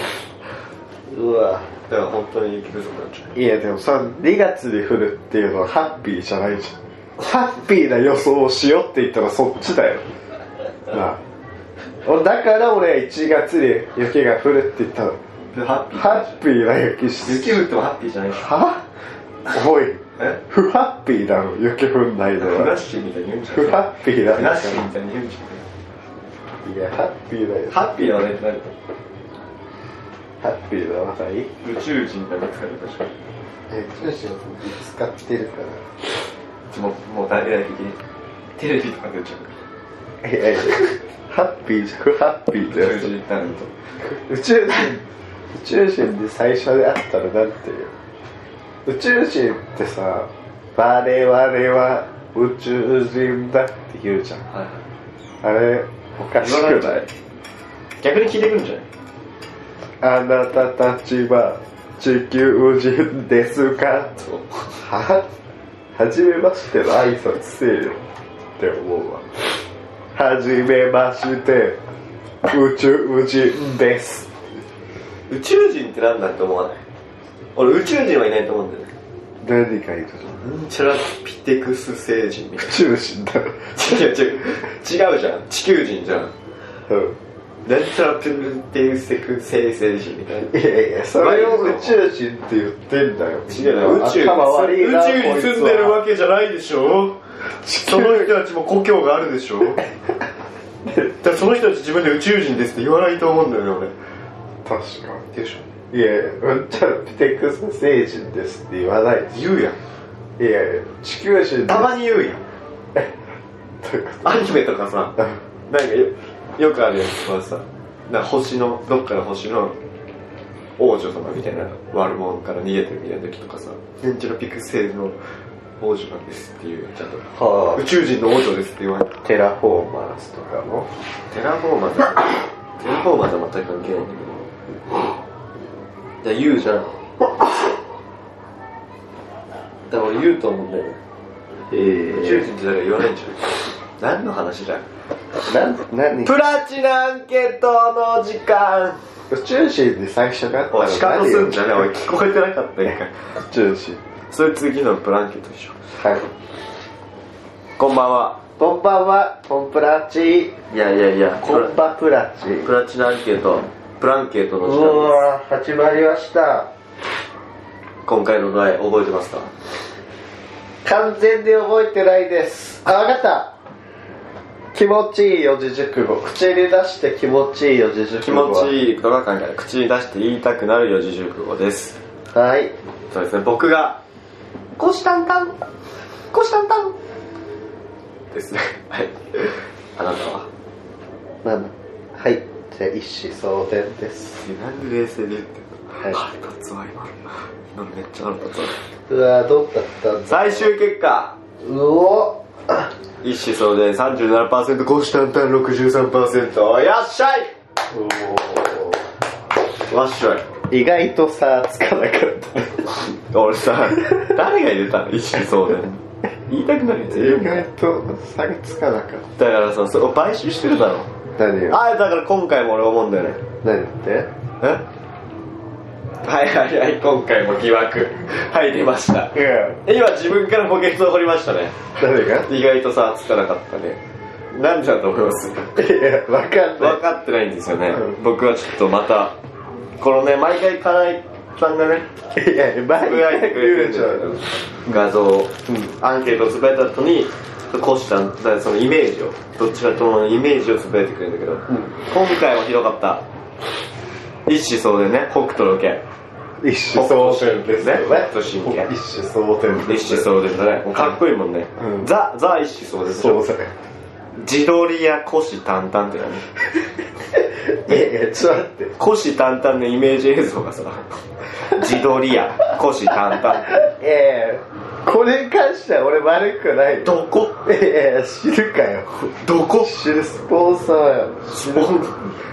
[SPEAKER 2] うわ
[SPEAKER 1] だから本当に雪不足になっちゃ
[SPEAKER 2] いやでもさ2月に降るっていうのはハッピーじゃないじゃんハッピーな予想をしようって言ったらそっちだよなあ俺だから俺は1月に雪が降るって言ったの
[SPEAKER 1] うハッピ
[SPEAKER 2] ハッピーな雪し
[SPEAKER 1] 雪降ってもハッピーじゃない
[SPEAKER 2] はおい
[SPEAKER 1] え
[SPEAKER 2] 不ハッピーだろ雪降んないの
[SPEAKER 1] フラッ
[SPEAKER 2] は
[SPEAKER 1] シーみたいに言うんじゃん
[SPEAKER 2] 不ハッピーだ
[SPEAKER 1] フ
[SPEAKER 2] ろ
[SPEAKER 1] ラッシーみたいに言うんじゃ
[SPEAKER 2] いやハッピーだよ
[SPEAKER 1] んハッピーはねってなる
[SPEAKER 2] ハッピーだまさに
[SPEAKER 1] と宇宙人が見つかるでしょ
[SPEAKER 2] え宇宙人使ってるか
[SPEAKER 1] もうもう大々的にテレビとか出ちゃう
[SPEAKER 2] らいやいやハッピーじゃ不ハッピーだ
[SPEAKER 1] 宇
[SPEAKER 2] よ
[SPEAKER 1] 宙人になると
[SPEAKER 2] 宇宙人宇宙人で最初であったらなんていう宇宙人ってさ我々は宇宙人だって言うじゃん
[SPEAKER 1] はい
[SPEAKER 2] あれおかしく
[SPEAKER 1] 言わ
[SPEAKER 2] な
[SPEAKER 1] ない
[SPEAKER 2] い
[SPEAKER 1] 逆に聞いてくるんじゃない
[SPEAKER 2] あなたたちは地球人ですか
[SPEAKER 1] そう
[SPEAKER 2] ははじめましての挨拶せえよって思うわはじめまして宇宙人です
[SPEAKER 1] 宇宙人ってなんだって思わない俺宇宙人はいないと思うんだよね
[SPEAKER 2] 何かいる
[SPEAKER 1] なんちゃらピテクス星人みたい
[SPEAKER 2] 宇宙人だろ
[SPEAKER 1] な違う違う違うじゃん地球人じゃん
[SPEAKER 2] うん
[SPEAKER 1] なんちゃらピテクス星人みたいない
[SPEAKER 2] やいや、それを宇宙人って言ってんだよ。
[SPEAKER 1] 違うな宇宙
[SPEAKER 2] 頭悪いな
[SPEAKER 1] 宇宙に住んでるわけじゃないでしょ
[SPEAKER 2] 地球
[SPEAKER 1] その人たちも故郷があるで しょだからその人たち自分で宇宙人ですって言わないと思うんだよね
[SPEAKER 2] こいつは確か
[SPEAKER 1] 俺でしょ
[SPEAKER 2] に。いや、うんちゃらピテクス星人ですって言わないでし
[SPEAKER 1] 言うやん
[SPEAKER 2] ょ。いやいや、地球人
[SPEAKER 1] たまに言うやん
[SPEAKER 2] ということ
[SPEAKER 1] アニメとかさなんかよよくあるやつはさなんか星のどっかの星の王女様みたいな悪者から逃げてるみたいな時とかさなんちゃらピクセルの王女なんですっていうちゃんと
[SPEAKER 2] は
[SPEAKER 1] 宇宙人の王女ですって言われた
[SPEAKER 2] あ、テラフォーマーズとかの。
[SPEAKER 1] テラフォーマーだテラフォーマーとは全く関係ないんだけどじゃあ言うじゃんだから俺言うと思うんだよね
[SPEAKER 2] え
[SPEAKER 1] 宇宙人ってだから言わないんじゃん何の話だよ
[SPEAKER 2] なん、何
[SPEAKER 1] プラチナアンケートの時間
[SPEAKER 2] 宇宙人に最初があった
[SPEAKER 1] おい、シカトすんじゃねえ、おい、
[SPEAKER 2] 宇
[SPEAKER 1] 聞こえてなかった一回。
[SPEAKER 2] 宙人。
[SPEAKER 1] それ次のブランケットでしょ。
[SPEAKER 2] はい。
[SPEAKER 1] こんばんは。
[SPEAKER 2] こんばんは、コンプラチ。
[SPEAKER 1] いやいやいや、
[SPEAKER 2] コンパプラチ。
[SPEAKER 1] プラチナアンケート、ブランケートの
[SPEAKER 2] う
[SPEAKER 1] 時間で
[SPEAKER 2] わー始まりました。
[SPEAKER 1] す。今回の題、覚えてますか
[SPEAKER 2] 完全に覚えてないですあわかった気持ちいい四字熟語口に出して気持ちいい四字
[SPEAKER 1] 気
[SPEAKER 2] 熟語
[SPEAKER 1] 持ちいいことが考える。口に出して言いたくなる四字熟語です。
[SPEAKER 2] はい
[SPEAKER 1] そうですね、僕が、虎視眈々、虎視眈々ですね。 はい。あなたは
[SPEAKER 2] なんだはいじゃあ一子相伝です
[SPEAKER 1] なんで冷静で言ってん
[SPEAKER 2] はい
[SPEAKER 1] の腹立つわ、今。今めっちゃ腹立つわ。
[SPEAKER 2] うわーどうだったんだ
[SPEAKER 1] 最終結果
[SPEAKER 2] うお
[SPEAKER 1] 一子相伝37%虎視眈々63%よっしゃいわっしょい
[SPEAKER 2] 意外とさつかなかった
[SPEAKER 1] 俺さ誰が入れたの一子相伝言いたくなるやついるんだよ
[SPEAKER 2] と差がつかなかっ
[SPEAKER 1] だからさそれを買収してるだろ
[SPEAKER 2] た何よ
[SPEAKER 1] ああだから今回も俺思うんだよね
[SPEAKER 2] 何って
[SPEAKER 1] えはいはいはい今回も疑惑はい出ました
[SPEAKER 2] いや
[SPEAKER 1] 今自分からポケットを掘りましたね
[SPEAKER 2] 誰が
[SPEAKER 1] 意外とさつかなかったねなんでだと思います
[SPEAKER 2] いやわかんない
[SPEAKER 1] 分かってないんですよね、
[SPEAKER 2] うん
[SPEAKER 1] 僕はちょっとまたこのね毎回金井さんがね
[SPEAKER 2] いや前
[SPEAKER 1] つぶやいてくれてるん
[SPEAKER 2] じ
[SPEAKER 1] だ
[SPEAKER 2] ゃ
[SPEAKER 1] よ画像を、アンケートをつぶやいた後にこうしただからそのイメージをどちらとものイメージをつぶやいてくれるんだけど、今回はひどかった一子相伝ね北斗の拳
[SPEAKER 2] 一子相伝ですよね
[SPEAKER 1] 北斗神拳
[SPEAKER 2] 一子相伝
[SPEAKER 1] 一子相伝だねもうかっこいいもんね、
[SPEAKER 2] うん
[SPEAKER 1] ザザ一子相伝でしょ
[SPEAKER 2] そうだね
[SPEAKER 1] 自撮りや虎視眈々って何
[SPEAKER 2] いやいやちょっと待って
[SPEAKER 1] 虎視眈々のイメージ映像がさ自撮りや虎視眈々
[SPEAKER 2] いやいやこれに関しては俺悪くないよ
[SPEAKER 1] どこ
[SPEAKER 2] いやいや知るかよ
[SPEAKER 1] どこ
[SPEAKER 2] 知るスポンサーよ
[SPEAKER 1] スポン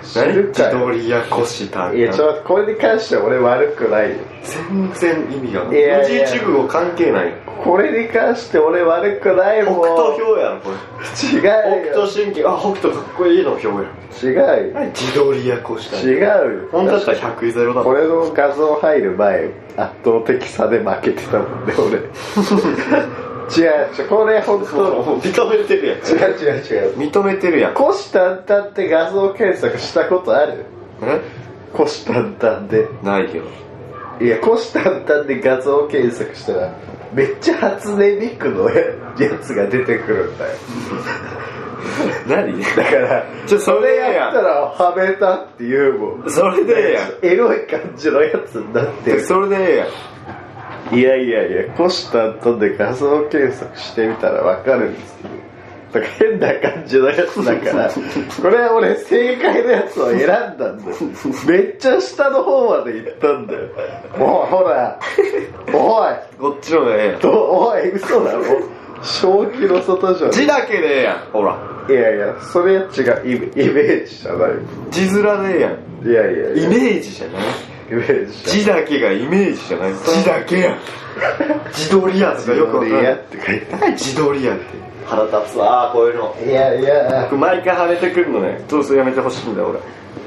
[SPEAKER 2] 知
[SPEAKER 1] 何
[SPEAKER 2] る
[SPEAKER 1] 自
[SPEAKER 2] かよ
[SPEAKER 1] 撮りや虎視眈
[SPEAKER 2] いやちょ
[SPEAKER 1] 々
[SPEAKER 2] っと待ってこれに関しては俺悪くないよ
[SPEAKER 1] 全然意味がない
[SPEAKER 2] いやいや
[SPEAKER 1] 四字熟語関係ない
[SPEAKER 2] これに関して俺悪くない
[SPEAKER 1] 北
[SPEAKER 2] もん
[SPEAKER 1] 斗表やろこれ
[SPEAKER 2] 違う
[SPEAKER 1] 北
[SPEAKER 2] よ
[SPEAKER 1] 斗神拳あ北斗かっこいいの表や
[SPEAKER 2] 違うよ
[SPEAKER 1] 何自撮りや虎視眈々
[SPEAKER 2] 違うよ
[SPEAKER 1] 本当だったら100位0だ
[SPEAKER 2] こ
[SPEAKER 1] もん
[SPEAKER 2] れの画像入る前圧倒的差で負けてたもんね 俺違う違うこれ本当
[SPEAKER 1] 認めてるやん
[SPEAKER 2] 違う違う違う
[SPEAKER 1] 認めてるやん
[SPEAKER 2] 虎視眈々って画像検索したことある
[SPEAKER 1] え
[SPEAKER 2] 虎視眈々で
[SPEAKER 1] ないよ
[SPEAKER 2] いや虎視眈々で画像検索したらめっちゃ初音ミクのややつが出てくるんだよ
[SPEAKER 1] 何
[SPEAKER 2] だから
[SPEAKER 1] ちょそれや
[SPEAKER 2] やったらはめたって言うもん
[SPEAKER 1] それでええやん
[SPEAKER 2] エロい感じのやつになって
[SPEAKER 1] で
[SPEAKER 2] る
[SPEAKER 1] それでええやん
[SPEAKER 2] いやいやいや、虎視眈々で画像検索してみたらわかるんですけど。だから変な感じのやつだ から、これは俺正解のやつを選んだんだよ。めっちゃ下の方まで行ったんだよ。もうほら、おい、
[SPEAKER 1] こっちのでええやん
[SPEAKER 2] どおい、嘘だろ。正気の外じゃ
[SPEAKER 1] 字だけでええやんほら
[SPEAKER 2] ん。いやいや、それは違う、イメイメージじゃない。
[SPEAKER 1] 字面でええやん
[SPEAKER 2] いやいやいや、
[SPEAKER 1] イメージじゃない
[SPEAKER 2] イメージじ
[SPEAKER 1] 字だけがイメージじゃない字だけやん自撮りやんと
[SPEAKER 2] ゃ
[SPEAKER 1] か
[SPEAKER 2] ん。
[SPEAKER 1] よくわか
[SPEAKER 2] い
[SPEAKER 1] んな
[SPEAKER 2] や
[SPEAKER 1] い
[SPEAKER 2] って書いて
[SPEAKER 1] 何自撮りやんって腹立つわあこういうの
[SPEAKER 2] あるいやいや。
[SPEAKER 1] 僕毎回はめてくるのねどうせやめてほしいんだよ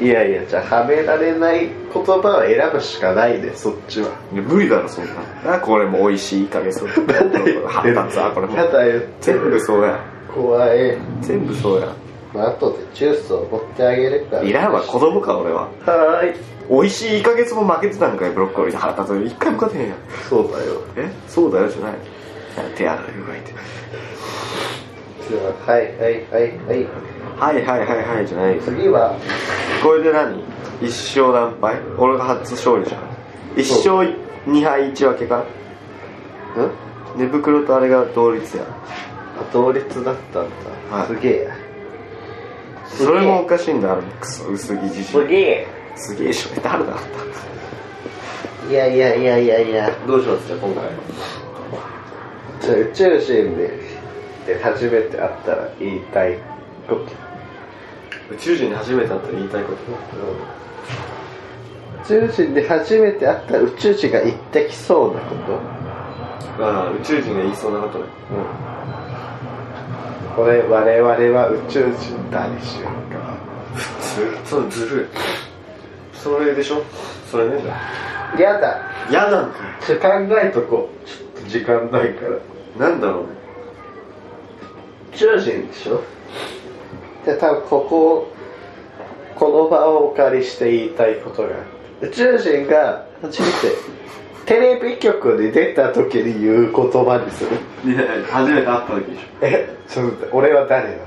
[SPEAKER 1] 俺
[SPEAKER 2] いやいや、じゃあ、はめられない言葉を選ぶしかないで、そっちは。
[SPEAKER 1] いや無理だろそんななこれも美味しい影 そう腹立つわこれも
[SPEAKER 2] ただ言って
[SPEAKER 1] 全部
[SPEAKER 2] る。
[SPEAKER 1] そうやん
[SPEAKER 2] 怖い。
[SPEAKER 1] 全部そうやん
[SPEAKER 2] まあ、後でジュースを持ってあげるから。
[SPEAKER 1] いらんわ子供か俺は
[SPEAKER 2] はーい。
[SPEAKER 1] 美味しい1ヶ月も負けてたんかいブロッコリー腹立つ一回も勝てへんやん
[SPEAKER 2] そうだよ。
[SPEAKER 1] えそうだよじゃない手洗いうがいて
[SPEAKER 2] 次は、はい、はい、はい、はい。
[SPEAKER 1] はいはいはいはいじゃないよ
[SPEAKER 2] 次は、
[SPEAKER 1] これで何一勝何敗俺が初勝利じゃん一勝2敗1分けか
[SPEAKER 2] うん
[SPEAKER 1] 寝袋とあれが同率や
[SPEAKER 2] あ同率だったんだ。
[SPEAKER 1] はい
[SPEAKER 2] すげえや。すげえ
[SPEAKER 1] それもおかしいんだあのクソ薄着じじい
[SPEAKER 2] げ
[SPEAKER 1] すげえしょ誰だった
[SPEAKER 2] え。いやいやいやいやいや。
[SPEAKER 1] どうしますじゃあ今回
[SPEAKER 2] じゃあ宇宙人で、で、初めて会ったら言いたいこと。
[SPEAKER 1] 宇宙人に初めて会ったら言いたいこと
[SPEAKER 2] 宇宙人で初めて会った宇宙人が言ってきそうなこと、
[SPEAKER 1] ああ宇宙人が言いそうなことね
[SPEAKER 2] これ我々は宇宙人だにしようか
[SPEAKER 1] そのずるいそれでしょそれねじゃ
[SPEAKER 2] やだ
[SPEAKER 1] あ嫌なんかよ
[SPEAKER 2] ちょ考えとこうちょっと時間ないから
[SPEAKER 1] なんだろうね
[SPEAKER 2] 宇宙人でしょで多分ここをこの場をお借りして言いたいことがある宇宙人が初めてテレビ局に出た時に言う言葉にする
[SPEAKER 1] いやいや初めて会った時でしょ
[SPEAKER 2] えちょっと待って俺は誰だ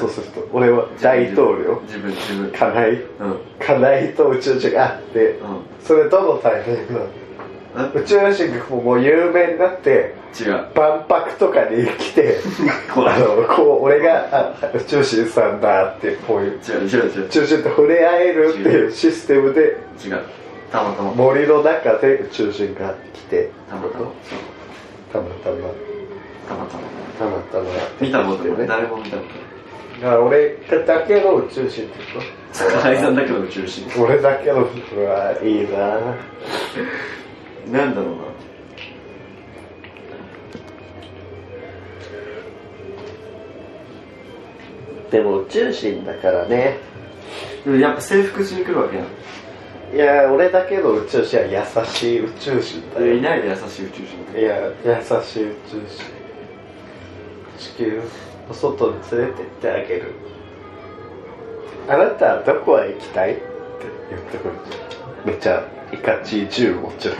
[SPEAKER 2] そうすると俺は大統領
[SPEAKER 1] 自分自分
[SPEAKER 2] 金井
[SPEAKER 1] うんうん
[SPEAKER 2] 金井と宇宙人があって、それどのタイミングなの宇宙人がもう有名になって
[SPEAKER 1] 違う
[SPEAKER 2] 万博とかに 来て
[SPEAKER 1] これ
[SPEAKER 2] あのこう俺があ宇宙人さんだってこういう
[SPEAKER 1] 違う違う違う
[SPEAKER 2] 宇宙人と触れ合えるっていうシステムで
[SPEAKER 1] 違うたまたま
[SPEAKER 2] 森の中で宇宙人が来て
[SPEAKER 1] たまたま
[SPEAKER 2] たまた
[SPEAKER 1] た
[SPEAKER 2] ま
[SPEAKER 1] またま
[SPEAKER 2] たまたま
[SPEAKER 1] 見たことない
[SPEAKER 2] だか
[SPEAKER 1] 誰も見たこと
[SPEAKER 2] ら俺だけの宇宙人って
[SPEAKER 1] な
[SPEAKER 2] こ
[SPEAKER 1] い解散だけど宇宙人
[SPEAKER 2] と俺だけのうわいいな
[SPEAKER 1] なんだろうな
[SPEAKER 2] でも宇宙人だからね
[SPEAKER 1] でもやっぱ制服しに来るわけやん
[SPEAKER 2] いや俺だけの宇宙人は優しい宇宙人だよ
[SPEAKER 1] いないで優しい宇宙人
[SPEAKER 2] いや優しい宇宙人地球の外に連れてってあげるあなたはどこへ行きたいって言ってくるめっちゃいかちい銃持ってる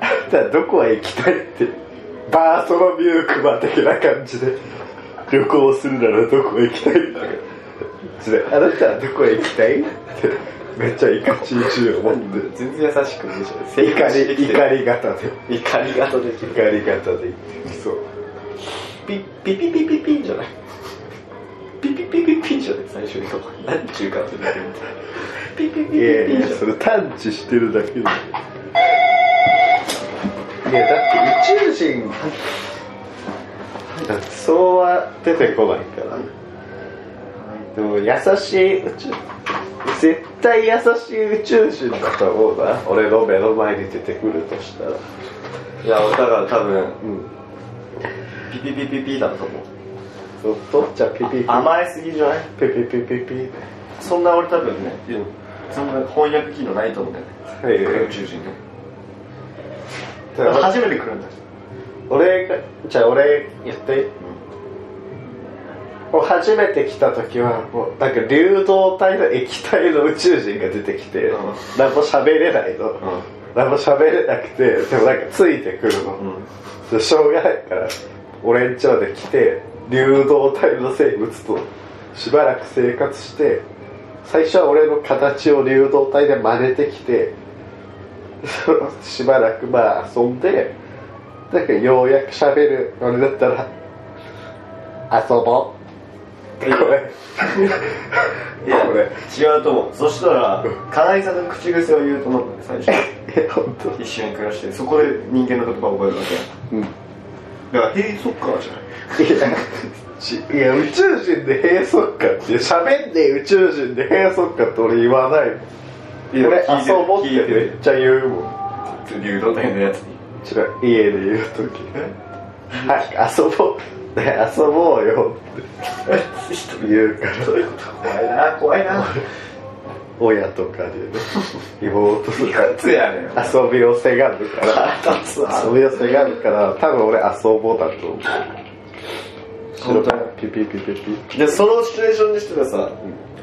[SPEAKER 2] あなたはどこへ行きたいってバーソロミュークマ的な感じで旅行するならどこへ行きたいってであなたはどこへ行きたいってめっちゃいかちい銃を持ってる
[SPEAKER 1] 全然優しくないじゃん
[SPEAKER 2] 怒り怒り型で
[SPEAKER 1] り怒り型できる
[SPEAKER 2] 怒り方で言ってきそう
[SPEAKER 1] ピッピピピピピンじゃないじゃない最初にここ何中間するだけみたいなピピピ
[SPEAKER 2] いやい
[SPEAKER 1] ピ
[SPEAKER 2] や
[SPEAKER 1] ピじゃ
[SPEAKER 2] そ
[SPEAKER 1] ん
[SPEAKER 2] れ探知してるだけでいやだって宇宙人だってそうは出てこないからでも優しい宇宙絶対優しい宇宙人だと思うな俺の目の前に出てくるとしたら
[SPEAKER 1] いやだから多分
[SPEAKER 2] うん
[SPEAKER 1] ピピピピピだと思う
[SPEAKER 2] お父ちゃんピピピ
[SPEAKER 1] 甘えすぎじゃない
[SPEAKER 2] ピピピピピ
[SPEAKER 1] そんな俺多分ね
[SPEAKER 2] ピうん
[SPEAKER 1] そんな翻訳機能ないと思うんだよね
[SPEAKER 2] はい
[SPEAKER 1] 宇宙人ね
[SPEAKER 2] だから
[SPEAKER 1] 初めて来るんだ
[SPEAKER 2] 俺がじゃあ俺言ってもう初めて来た時はもうなんか流動体の液体の宇宙人が出てきて、
[SPEAKER 1] うん
[SPEAKER 2] 何も喋れないの、
[SPEAKER 1] ん
[SPEAKER 2] 何も喋れなくてでもなんかついてくるの、
[SPEAKER 1] うん
[SPEAKER 2] でしょうがないから俺んちまで来て流動体の生物としばらく生活して最初は俺の形を流動体で真似てきてそのしばらくまあ遊んでだからようやく喋る俺だったら「遊ぼう」これ
[SPEAKER 1] いや
[SPEAKER 2] これ
[SPEAKER 1] 違うと思うそしたら金井さんの口癖を言うと思うんだよ最初
[SPEAKER 2] え本当
[SPEAKER 1] 一緒に暮らしてそこで人間の言葉を覚えるわ
[SPEAKER 2] うんい
[SPEAKER 1] けだから「へいそっか」じゃない
[SPEAKER 2] やちいや宇宙人で閉塞感って喋んねえ宇宙人で閉塞感って俺言わないもん
[SPEAKER 1] いや
[SPEAKER 2] 俺
[SPEAKER 1] 聞いてる
[SPEAKER 2] 遊ぼうって
[SPEAKER 1] 聞いて
[SPEAKER 2] め
[SPEAKER 1] る
[SPEAKER 2] っちゃ言うもん
[SPEAKER 1] 流動体のやつ に
[SPEAKER 2] ちょっと家で言う時早く遊ぼうね遊ぼうよって言うから
[SPEAKER 1] そういうこと怖いな怖 いな
[SPEAKER 2] 親とかでね妹とか
[SPEAKER 1] いつや ねん
[SPEAKER 2] 遊びをせがむから
[SPEAKER 1] 腹立つわ
[SPEAKER 2] 遊びをせがむから多分俺遊ぼうだと思う白
[SPEAKER 1] 本当に
[SPEAKER 2] ピピピピピ
[SPEAKER 1] でそのシチュエーションにしてたらさ、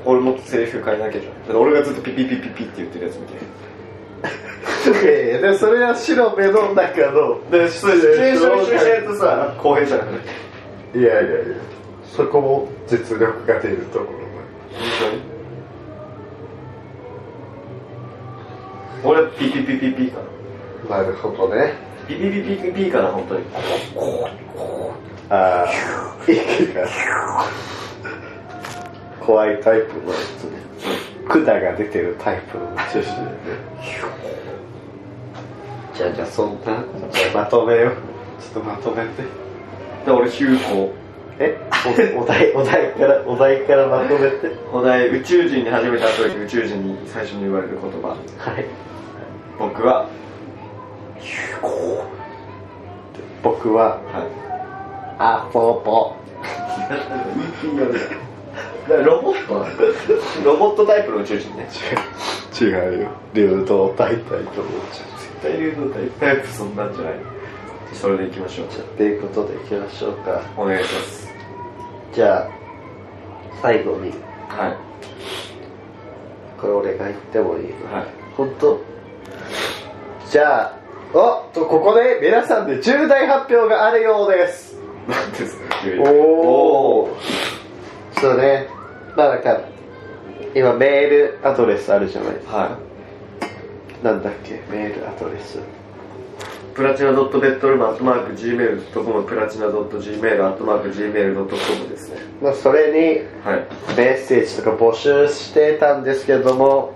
[SPEAKER 1] 俺もっとセリフ変えなきゃじゃんだって俺がずっとピピピピピって言ってるやつみたいない
[SPEAKER 2] やいやでそれは白目の中の
[SPEAKER 1] でシチュエーション一緒にしないとさ公平じゃなくない
[SPEAKER 2] いやいやいやそこも実力が出るところ
[SPEAKER 1] 本当に俺ピピピピピかな
[SPEAKER 2] がなるほどね
[SPEAKER 1] ピピピピピかな本当に
[SPEAKER 2] ああ、息が怖いタイプのやつね。管が出てるタイプの女子だよね。じゃあじゃあそんな、じゃあまとめよう。ちょっとまとめて。
[SPEAKER 1] で俺ヒューコ
[SPEAKER 2] えおお題、お題から、お題からまとめて。
[SPEAKER 1] お題宇宙人に初めて会った時宇宙人に最初に言われる言葉
[SPEAKER 2] はい。
[SPEAKER 1] 僕は
[SPEAKER 2] 僕は、
[SPEAKER 1] はい
[SPEAKER 2] あ、ぽぽ。
[SPEAKER 1] だからロボットなのロボットタイプの宇宙人ね
[SPEAKER 2] 違う、違うよ。流動体体と思っちゃう。
[SPEAKER 1] 絶対流動タイプタイプそんなんじゃないそれでいきましょう
[SPEAKER 2] じゃあ、っていうことでいきましょうか。
[SPEAKER 1] お願いします
[SPEAKER 2] じゃあ、最後に。
[SPEAKER 1] はい
[SPEAKER 2] これ俺が言ってもいいの
[SPEAKER 1] はい
[SPEAKER 2] 本当じゃあおっとここで皆さんで重大発表があるようです
[SPEAKER 1] 何ですか急に
[SPEAKER 2] お
[SPEAKER 1] おー
[SPEAKER 2] そうねまあなんか今メールアドレスあるじゃない
[SPEAKER 1] は
[SPEAKER 2] なんだっけメールアドレス
[SPEAKER 1] いプラチナドットベッドルマットマーク Gmail.com プラチナドット Gmail アットマーク Gmail.com ですね
[SPEAKER 2] まあそれに
[SPEAKER 1] はい
[SPEAKER 2] メッセージとか募集してたんですけども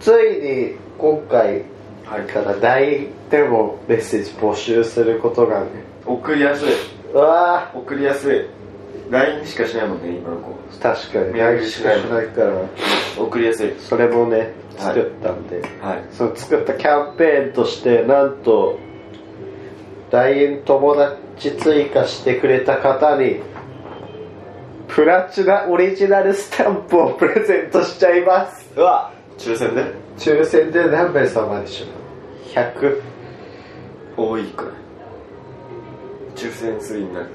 [SPEAKER 2] ついに今回
[SPEAKER 1] はい
[SPEAKER 2] から LINE でもメッセージ募集することがね
[SPEAKER 1] 送りやすいう
[SPEAKER 2] わー
[SPEAKER 1] 送りやすい LINE しかしないもんね今の子
[SPEAKER 2] 確かに
[SPEAKER 1] メール
[SPEAKER 2] 何
[SPEAKER 1] し
[SPEAKER 2] し
[SPEAKER 1] な
[SPEAKER 2] か
[SPEAKER 1] い
[SPEAKER 2] しないから
[SPEAKER 1] 送りやすい
[SPEAKER 2] それもね
[SPEAKER 1] はい
[SPEAKER 2] 作ったんで、
[SPEAKER 1] はい
[SPEAKER 2] その作ったキャンペーンとしてなんと LINE 友達追加してくれた方にプラチナオリジナルスタンプをプレゼントしちゃいます
[SPEAKER 1] うわ抽選で
[SPEAKER 2] 抽選で何名様でしょう100
[SPEAKER 1] 多いくらい抽選数になるく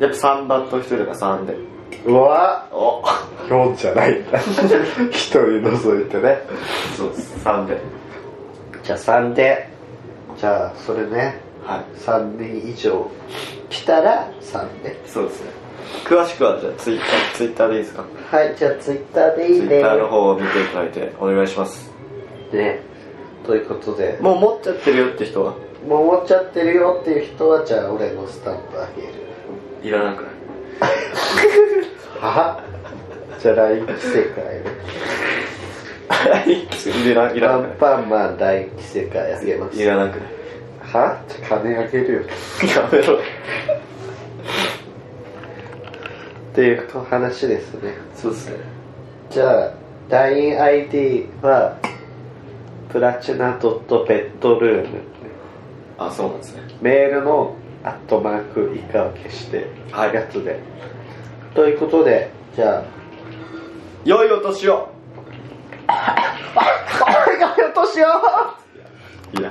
[SPEAKER 1] らいやっぱ3番と1人が3で
[SPEAKER 2] うわ
[SPEAKER 1] お
[SPEAKER 2] 4じゃない 1人除いてね
[SPEAKER 1] そうです3で
[SPEAKER 2] じゃあ3でじゃあそれね
[SPEAKER 1] はい
[SPEAKER 2] 3人以上来たら3で
[SPEAKER 1] そうですね詳しくはじゃあツイッターツイッターでいいですか
[SPEAKER 2] はいじゃあツイッターでいい
[SPEAKER 1] ツイ
[SPEAKER 2] ね
[SPEAKER 1] ッターの方を見ていただいてお願いします
[SPEAKER 2] ねということで
[SPEAKER 1] もう持っちゃってるよって人は
[SPEAKER 2] もう思っちゃってるよっていう人はじゃあ俺のスタンプあげる
[SPEAKER 1] いらなくなる
[SPEAKER 2] はじゃあ第一世界ね
[SPEAKER 1] いらい
[SPEAKER 2] ア
[SPEAKER 1] ら
[SPEAKER 2] ンパンマン第一世界あげます
[SPEAKER 1] いらなくなる
[SPEAKER 2] はじゃあ金あげるよ
[SPEAKER 1] やめろ
[SPEAKER 2] っていう話ですね
[SPEAKER 1] そうですね
[SPEAKER 2] じゃあ LINEID はプラチナドットベッドルーム
[SPEAKER 1] あそうなんですね
[SPEAKER 2] メールのアットマーク以下を消して
[SPEAKER 1] はい
[SPEAKER 2] やつで、ということでじゃあ
[SPEAKER 1] 良いお年を
[SPEAKER 2] お願いお年を
[SPEAKER 1] いらない